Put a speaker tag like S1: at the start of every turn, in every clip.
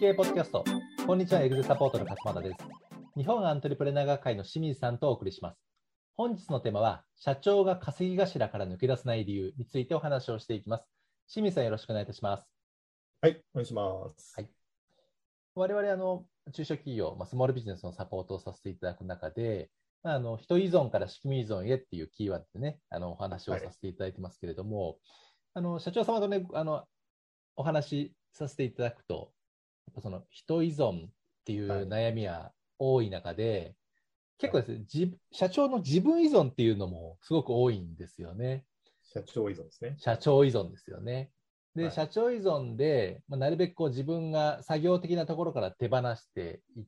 S1: 系ポッドキャスト。こんにちは、エグゼサポートの勝間田です。日本アントレプレナー学会の清水さんとお送りします。本日のテーマは、社長が稼ぎ頭から抜け出せない理由についてお話をしていきます。清水さん、よろしくお願いいたします。
S2: はい、お願いします。
S1: はい我々あの中小企業、まあ、スモールビジネスのサポートをさせていただく中で、まあ、あの人依存から仕組み依存へっていうキーワードでね、あのお話を
S2: はい
S1: させていただいてますけれども、あの社長様とね、あのお話しさせていただくと、やっぱその人依存っていう
S2: はい
S1: 悩みは多い中で、結構ですね、じ社長の自分依存っていうのもすごく多いんですよね。
S2: 社長依存ですね。
S1: 社長依存ですよね。で、
S2: はい
S1: 社長依存で、まあ、なるべくこう自分が作業的なところから手放してい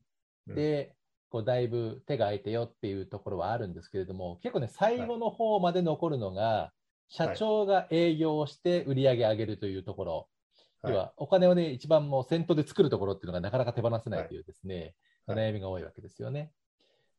S1: って、こうだいぶ手が空いてよっていうところはあるんですけれども、結構ね、最後の方まで残るのが、社長が営業をして売り上げ上げるというところ、
S2: はい
S1: 要はお金をね、一番もう先頭で作るところっていうのがなかなか手放せないというですね、
S2: はい
S1: 悩みが多いわけですよね。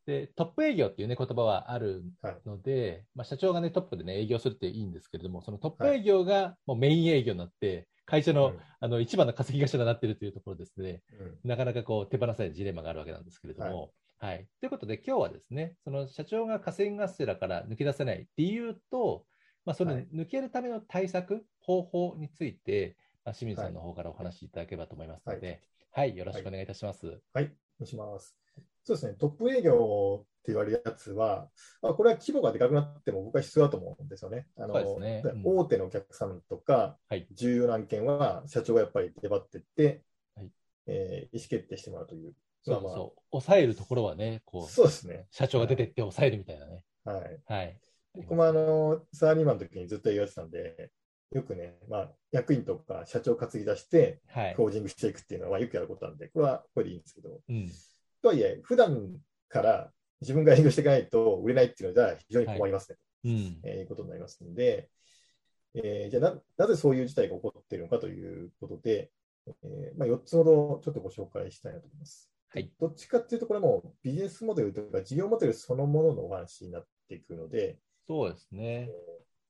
S1: で、トップ営業っていうね、言葉はある
S2: はい
S1: ので、まあ、社長がね、トップでね、営業するっていいんですけれども、そのトップ営業がもうメイン営業になって、会社の,、
S2: うん
S1: あの一番の稼ぎ頭になってるというところですね、
S2: うん
S1: なかなかこう手放せないジレンマがあるわけなんですけれども。はい、ということで、今日はですね、その社長が稼ぎ頭から抜け出せない理由と、まあ、そ
S2: は
S1: の
S2: い
S1: 抜けるための対策、方法について、まあ、清水さんの方からお話しいただければと思いますので、はい、よろしくお願いいたします。
S2: はい、お願いします。そうですね、トップ営業って言われるやつは、まあ、これは規模がでかくなっても僕は必要だと思うんですよね。あ
S1: そうですねうん
S2: 大手のお客さんとか
S1: はい、
S2: 重要な案件は社長がやっぱり出張ってって、
S1: はい
S2: えー意思決定してもらうという。
S1: そう
S2: まあまあ
S1: そう、抑えるところはね、こう、
S2: そうですね。
S1: 社長が出てって抑えるみたいなね。
S2: はい。
S1: はい。
S2: 僕もあの、サラリーマンの時にずっと言われてたんで、よくね、まあ、役員とか社長担ぎ出して、
S1: はい
S2: ク。ロージングしていくっていうのはまあよくやることなんで、これはこれでいいんですけど、
S1: うん。
S2: とはいえ、普段から自分が営業していかないと売れないっていうのじゃ非常に困りますね、
S1: うん。
S2: ということになりますので、えーじゃあな、なぜそういう事態が起こっているのかということで、えーまあ、4つほどちょっとご紹介したいなと思います。
S1: はい。
S2: どっちかっていうと、これはもうビジネスモデルというか、事業モデルそのもののお話になっていくので、
S1: そうですね。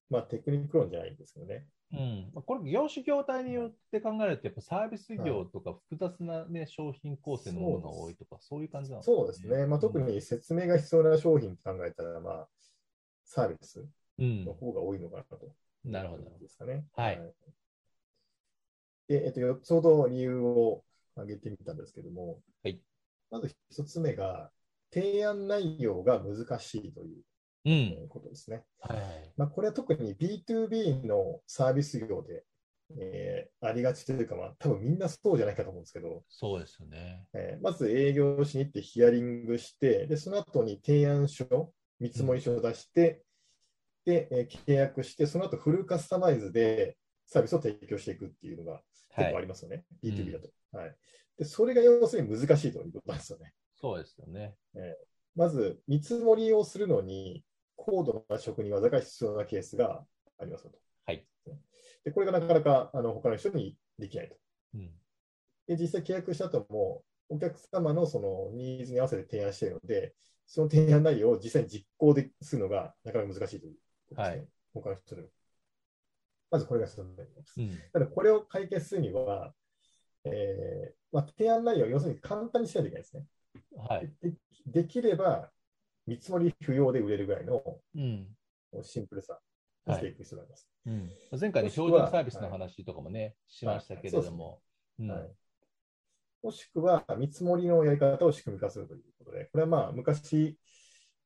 S2: まあ、テクニック論じゃないんですけどね。
S1: うん。これ、業種業態によって考えると、やっぱサービス業とか複雑なね、商品構成のものが多いとか、そういう感じなの
S2: そうですね、まあ、特。に説明が必要な商品って考えたら、まあ、サービス
S1: うん
S2: の。方が多いのかなと。
S1: うんなるほど。
S2: ですかね。
S1: はい
S2: で、えっと、4つほど理由を挙げてみたんですけども、
S1: はい
S2: まず1つ目が、提案内容が難しいという
S1: う
S2: え
S1: ん。
S2: ーことですね。
S1: はい。
S2: まあ、これは特に B2B のサービス業で、えーありがちというか、まあ、多分みんなそうじゃないかと思うんですけど、
S1: そうですよね。
S2: えーまず営業しに行ってヒアリングして、でその後に提案書、見積もり書を出して、で、えー契約して、その後フルカスタマイズでサービスを提供していくっていうのが
S1: は
S2: 結構あり
S1: い。
S2: ますよね、
S1: うん
S2: B2B だと、はいで。それが要するに難しいということなんですよね。
S1: そうですよね。
S2: まず、見積もりをするのに、高度な職人技が必要なケースがありますよと。
S1: はい
S2: でこれがなかなかあの他の人にできないと。
S1: うん。
S2: で、実際契約した後も、お客様のそのニーズに合わせて提案しているので、その提案内容を実際に実行でするのがなかなか難しいということです
S1: は
S2: ね、
S1: い
S2: 他の人でも。まずこれが一つ目です。
S1: うん。
S2: ただこれを解決するには、えーまあ、提案内容を要するに簡単にしないといけないですね。
S1: はい。
S2: でできれば、見積もり不要で売れるぐらいの
S1: うん。
S2: シンプルさをしていく必要があります。
S1: うん、前回の
S2: もしくは
S1: 標準サービスの話とかもね、しましたけれども、うん
S2: はいもしくは、見積もりのやり方を仕組み化するということで、これはまあ昔、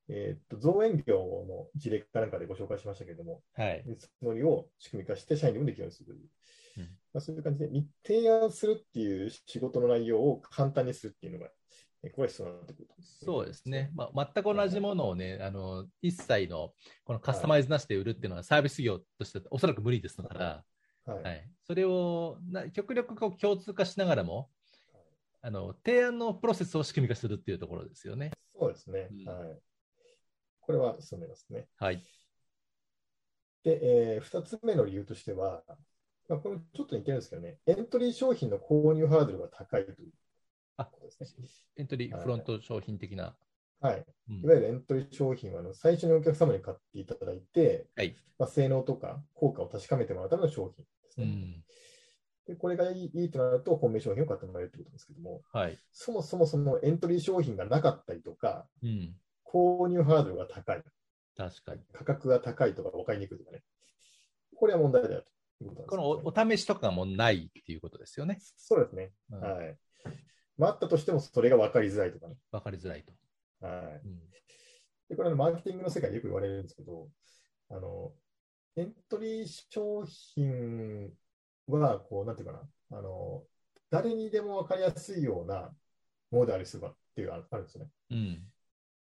S2: えーっと造園業の事例かなんかでご紹介しましたけれども、
S1: はい、
S2: 見積もりを仕組み化して社員にもできるようにするという、
S1: うん
S2: まあ、そういう感じで、み提案するっていう仕事の内容を簡単にするっていうのが、えこれは必要になってくると
S1: そうですね、まあ、全く同じものをね、あの一切のこのカスタマイズなしで売るっていうのは、サービス業としてはおそらく無理ですから、
S2: はい
S1: はい、それをな極力こう共通化しながらも、あの提案のプロセスを仕組み化するっていうところですよね。
S2: そうですね、
S1: うん
S2: はい。これは進めますね。
S1: はい、
S2: で、え2つ目の理由としては、まあ、これもちょっと似てるんですけどね、エントリー商品の購入ハードルが高いという
S1: あ
S2: ことですね。
S1: エントリー
S2: はい
S1: フロント商品的な。
S2: はい、
S1: うん
S2: いわゆるエントリー商品はあの最初にお客様に買っていただいて、
S1: はい
S2: まあ、性能とか効果を確かめてもらうための商品です
S1: う
S2: ね。
S1: ん
S2: で、これがいいいいとなると、本命商品を買ってもらえるってことですけども、
S1: はい。
S2: そもそもそのエントリー商品がなかったりとか、
S1: うん。
S2: 購入ハードルが高い、
S1: 確かに。
S2: 価格が高いとか分かりにくいとかね、これは問題だよということなんです、ね。
S1: このおお試しとかもないっていうことですよね。
S2: そうですね。
S1: うんわ、
S2: はい。まあ、あったとしても、それが分かりづらいとかね。
S1: かりづらいと。
S2: はい。
S1: うん
S2: で、これはマーケティングの世界でよく言われるんですけど、あの、エントリー商品は、こう、なんていうかな、あの、誰にでも分かりやすいようなものである必要がっていうのがあるんですよね。
S1: うん。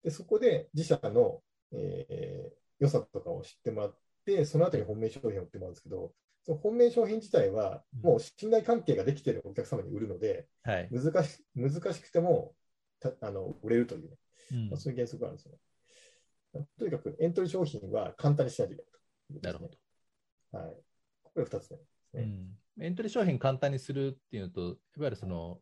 S2: で、そこで自社の、えー良さとかを知ってもらって、その後に本命商品を売ってもらうんですけど、その本命商品自体は、もう信頼関係ができているお客様に売るので、
S1: はい。
S2: 難し難しくてもたあの売れるというね、
S1: うん
S2: まあそういう原則があるんですよね。とにかくエントリー商品は簡単にしないといけないと
S1: な
S2: い
S1: る
S2: うこ
S1: ほ
S2: と
S1: ど。
S2: ですね。はい、これが2つ目。
S1: う
S2: ね
S1: ん、エントリー商品簡単にするっていうのと、いわゆるその、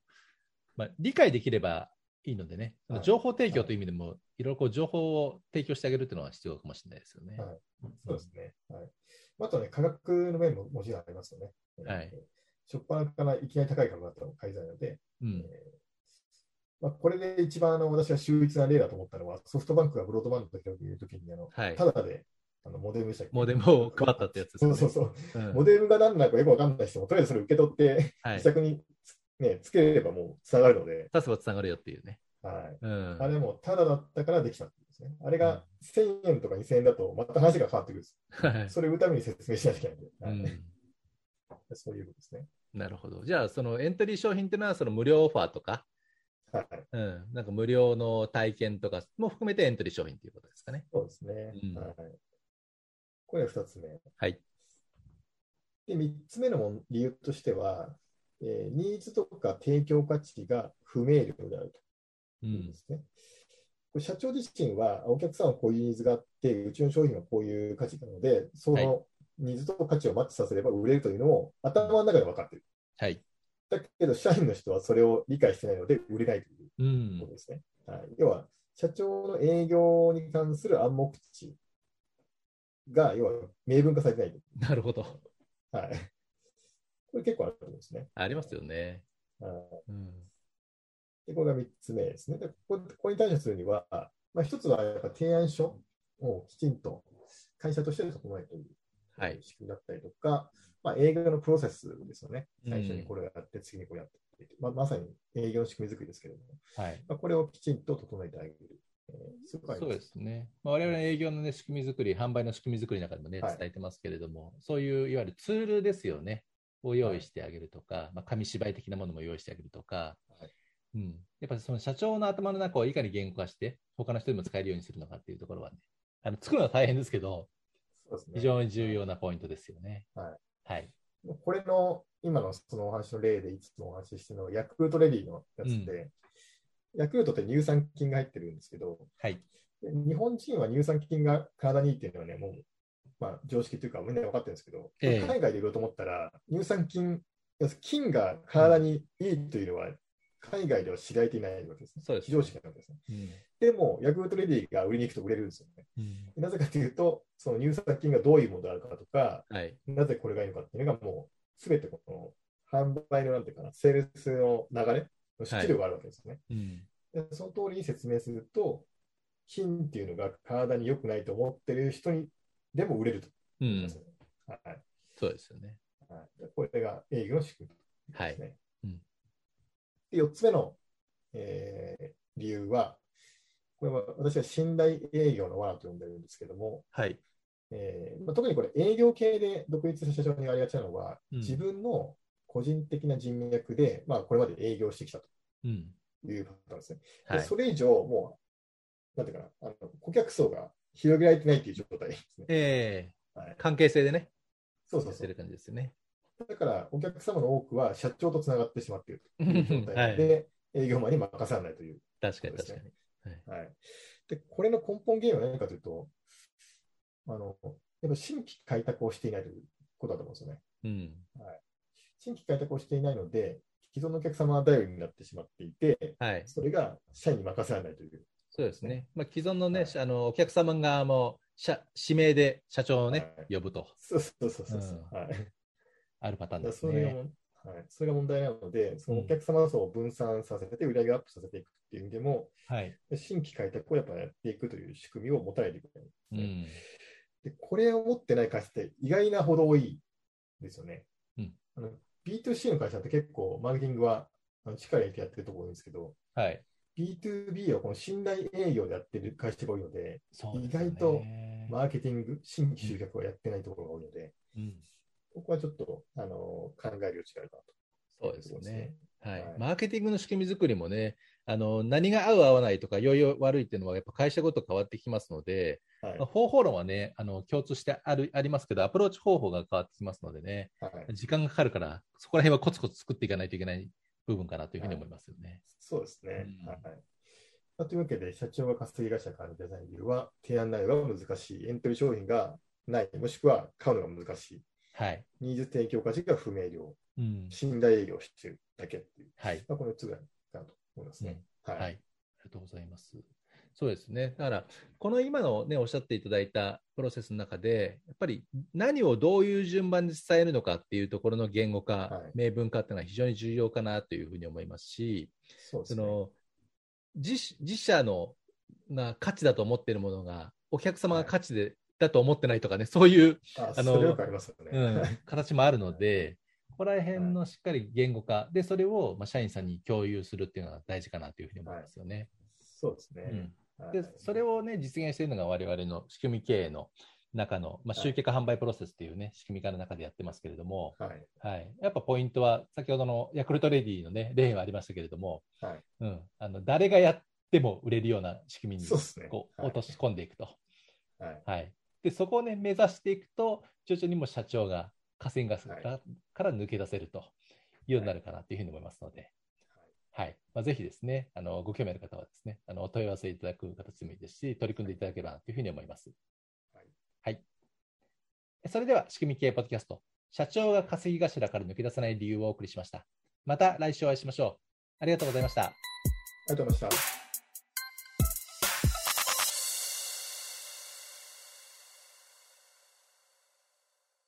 S1: まあ、理解できればいいのでね、その
S2: はい
S1: 情報提供という意味でも、いろいろこう情報を提供してあげるっていうのは必要かもしれないですよね。
S2: はいそうですね。はい、あとね、価格の面ももちろんありますよね。
S1: はい
S2: えー初っ端からいきなり高い価格だったら買いづらいので、
S1: う
S2: えー
S1: ん、
S2: まあ、これで一番あの私が秀逸な例だと思ったのは、ソフトバンクがブロードバンドを広げるときにあの、
S1: はい。
S2: ただであのモデルでしたっけ
S1: モデムを配ったってやつです
S2: そ
S1: よ
S2: う
S1: ね。
S2: そうそう。
S1: うん
S2: モデルが何なのかよくわかんない人も、とりあえずそれ受け取って、
S1: は
S2: 自
S1: い。
S2: 宅につ、ね、つければもうつながるので、
S1: 出せばつながるよっていうね。
S2: はい、
S1: うん
S2: あれもただだったからできたんですね。あれが1000円とか2000円だと、また話が変わってくるんです。
S1: はい
S2: それを売るために説明しなきゃいけないんで、
S1: う
S2: はい
S1: ん
S2: そういうことですね。
S1: なるほど。じゃあ、そのエントリー商品っていうのは、その無料オファーとか、
S2: はい、
S1: うん、なんか無料の体験とかも含めてエントリー商品ということですかね。
S2: そうですね。
S1: うん
S2: はい、これが2つ目。
S1: はい。
S2: で、3つ目のもん理由としては、えーニーズとか提供価値が不明瞭であると。
S1: う
S2: いうんで。すね。これ社長自身は、お客さんはこういうニーズがあって、うちの商品はこういう価値なので、そ
S1: はい
S2: のニーズと価値をマッチさせれば売れるというのを頭の中で分かっている。
S1: はい。
S2: だけど、社員の人はそれを理解してないので、売れないといううんこと。ですね。はい、要は、社長の営業に関する暗黙知が、要は明文化されてない。
S1: なるほど。
S2: はい、これ結構あると思うんですね。
S1: ありますよね。
S2: はい
S1: うん。
S2: で、これが3つ目ですね。で、ここここに対処するには、まあ、1つはやっぱ提案書をきちんと会社として整えている
S1: はい。
S2: 仕組みだったりとか、まあ、営業のプロセスですよね。最初
S1: う
S2: に
S1: ん
S2: これをやって、次にこれやってっていうまあ、まさに営業の仕組み作りですけれども、
S1: はい。
S2: まあ、これをきちんと整えてあげる。えーすごい
S1: そうですね。まあ、我々の営業の、ね、仕組み作り、販売の仕組み作りの中でもね、
S2: はい
S1: 伝えてますけれども、そういういわゆるツールですよね、を用意してあげるとか、まあ、紙芝居的なものも用意してあげるとか、
S2: はい
S1: うん、やっぱりその社長の頭の中をいかに言語化して、他の人にも使えるようにするのかっていうところはね、あの作るのは大変ですけど、
S2: そうですね
S1: 非常に重要なポイントですよね。。
S2: はい
S1: はい。
S2: もうこれの今のそのお話の例でいつもお話ししてるのはヤクルトレディのやつで、ヤクルトって乳酸菌が入ってるんですけど、
S1: はい。
S2: で日本人は乳酸菌が体にいいっていうのはね、もう、まあ、常識というか、みんな分かってるんですけど、
S1: ええ
S2: 海外で売ろうと思ったら、乳酸菌、要するに菌が体にいいというのは、海外では知られていないわけですね。
S1: そうです
S2: 非常識なわけですね。
S1: うん
S2: でも、ヤクルトレディが売りに行くと売れるんですよね。なぜかというと、その乳酸菌がどういうものであるかとか、
S1: はい。
S2: なぜこれがいいのかっていうのが、もう、すべてこの販売のなんていうかな、セールスの流れ、の資料があるわけですね。
S1: うん。
S2: でその通りに説明すると、菌っていうのが体に良くないと思ってる人にでも売れると。
S1: う。
S2: うんはい
S1: そうですよね。
S2: はい、これが営業の仕組み
S1: は
S2: で
S1: い
S2: す。ね。
S1: うん
S2: で4つ目の、えー理由は、これは私は信頼営業の罠と呼んでるんですけども、
S1: はい。
S2: えーまあ、特にこれ営業系で独立した社長にありがちなのは、
S1: うん
S2: 自分の個人的な人脈で、まあ、これまで営業してきた
S1: うん。
S2: というパターンですね。
S1: は
S2: で
S1: い。
S2: それ以上、もう、なんていうかな、あの顧客層が広げられてないっていう状態です ね。
S1: ええ
S2: はい
S1: 関係性でね、
S2: そうそ
S1: や
S2: う
S1: っ
S2: そ
S1: て
S2: う。
S1: る感じですよね。
S2: だから、お客様の多くは社長とつながってしまっているという状
S1: は
S2: 態
S1: い
S2: で、営業マンに任さないという。
S1: 確かに
S2: そうで
S1: 確
S2: す
S1: か
S2: ね
S1: に。
S2: はい、で、これの根本原因は何かというと、あのやっぱ新規開拓をしていないということだと思うんですよね。
S1: うん。
S2: 新規開拓をしていないので、既存のお客様頼りになってしまっていて、
S1: はい。
S2: それが社員に任せられないという。
S1: そうですね。まあ、既存のね、
S2: はい
S1: あの、お客様側も、社、指名で社長をね
S2: は、
S1: 呼ぶと、
S2: そうそうそうそうそう。
S1: うん
S2: はい
S1: あるパターン
S2: だから
S1: です
S2: それ
S1: ね。
S2: を、はい、それが問題なので、そのお客様層を分散させて、売り上げをアップさせていくっていう意味でも、
S1: はい。
S2: 新規開拓をやっぱやっていくという仕組みを持たないといけない。
S1: うん。
S2: で、これを持ってない会社って意外なほど多いんですよね。
S1: うん
S2: あの B2C の会社って結構マーケティングはあの力入れてやってるところ多いんですけど、
S1: はい。
S2: B2B はこの信頼営業でやってる会社が多いので、
S1: そうですよね
S2: 意外とマーケティング、新規集客はやってないところが多いので、
S1: うん。
S2: ここはちょっとあの考える余地があるなと。
S1: そうですよね。は
S2: はいい、
S1: マーケティングの仕組み作りもね、あの何が合う合わないとか、良い良い悪いっていうのは、やっぱ会社ごと変わってきますので、
S2: はい
S1: まあ。方法論はね、あの共通してあるありますけど、アプローチ方法が変わってきますのでね、
S2: はい、
S1: 時間がかかるから、そこら辺はコツコツ作っていかないといけない部分かなというふうに思いますよね。
S2: そうですね。
S1: うん
S2: はいまあというわけで、社長が稼ぎ会社からのデザインビルは、提案内容が難しい、エントリー商品がない、もしくは買うのが難しい、
S1: はい。
S2: ニーズ提供価値が不明瞭、
S1: うん。
S2: 信頼営業してるだけっていう、
S1: はい。
S2: まあ、この4つぐらいかなと思いますね。はい
S1: はい。ありがとうございます。そうですね。だから、この今のね、おっしゃっていただいたプロセスの中で、やっぱり何をどういう順番で伝えるのかっていうところの言語化、
S2: はい
S1: 明文化っていうのは非常に重要かなというふうに思いますし、
S2: そうで
S1: そ
S2: すね。
S1: の自自社のが価値だと思っているものが、お客様が価値で、だと思ってないとかね、そういう、
S2: あ
S1: あの
S2: それよくありますよね。
S1: うん
S2: はい
S1: 形もあるので、ここら辺のしっかり言語化、で、それを、まあ、社員さんに共有するっていうのが大事かなというふうに思いますよね。
S2: そうです
S1: う
S2: ね
S1: ん。でそれ
S2: を、
S1: をね実現しているのが我々の仕組み経営の中の、まあ、
S2: はい
S1: 集客販売プロセスというね、仕組み化の中でやってますけれども、
S2: はい、
S1: はい、やっぱポイントは先ほどのヤクルトレディのね例はありましたけれども、
S2: はい
S1: うん、あの誰がやっても売れるような仕組みに
S2: そうですね。
S1: こう
S2: はい
S1: 落とし込んでいくと、
S2: はい
S1: はい、でそこをね目指していくと徐々にもう社長が河川ガスから,、から抜け出せるというようになるかなというふうに思いますので、はいまあ、ぜひですねあのご興味ある方はですねあのお問い合わせいただく形でもいいですし取り組んでいただければなというふうに思います。
S2: はい
S1: はい、それでは仕組み系ポッドキャスト社長が稼ぎ頭から抜け出さない理由をお送りしました。また来週お会いしましょう。ありがとうございました。
S2: ありがとうございました。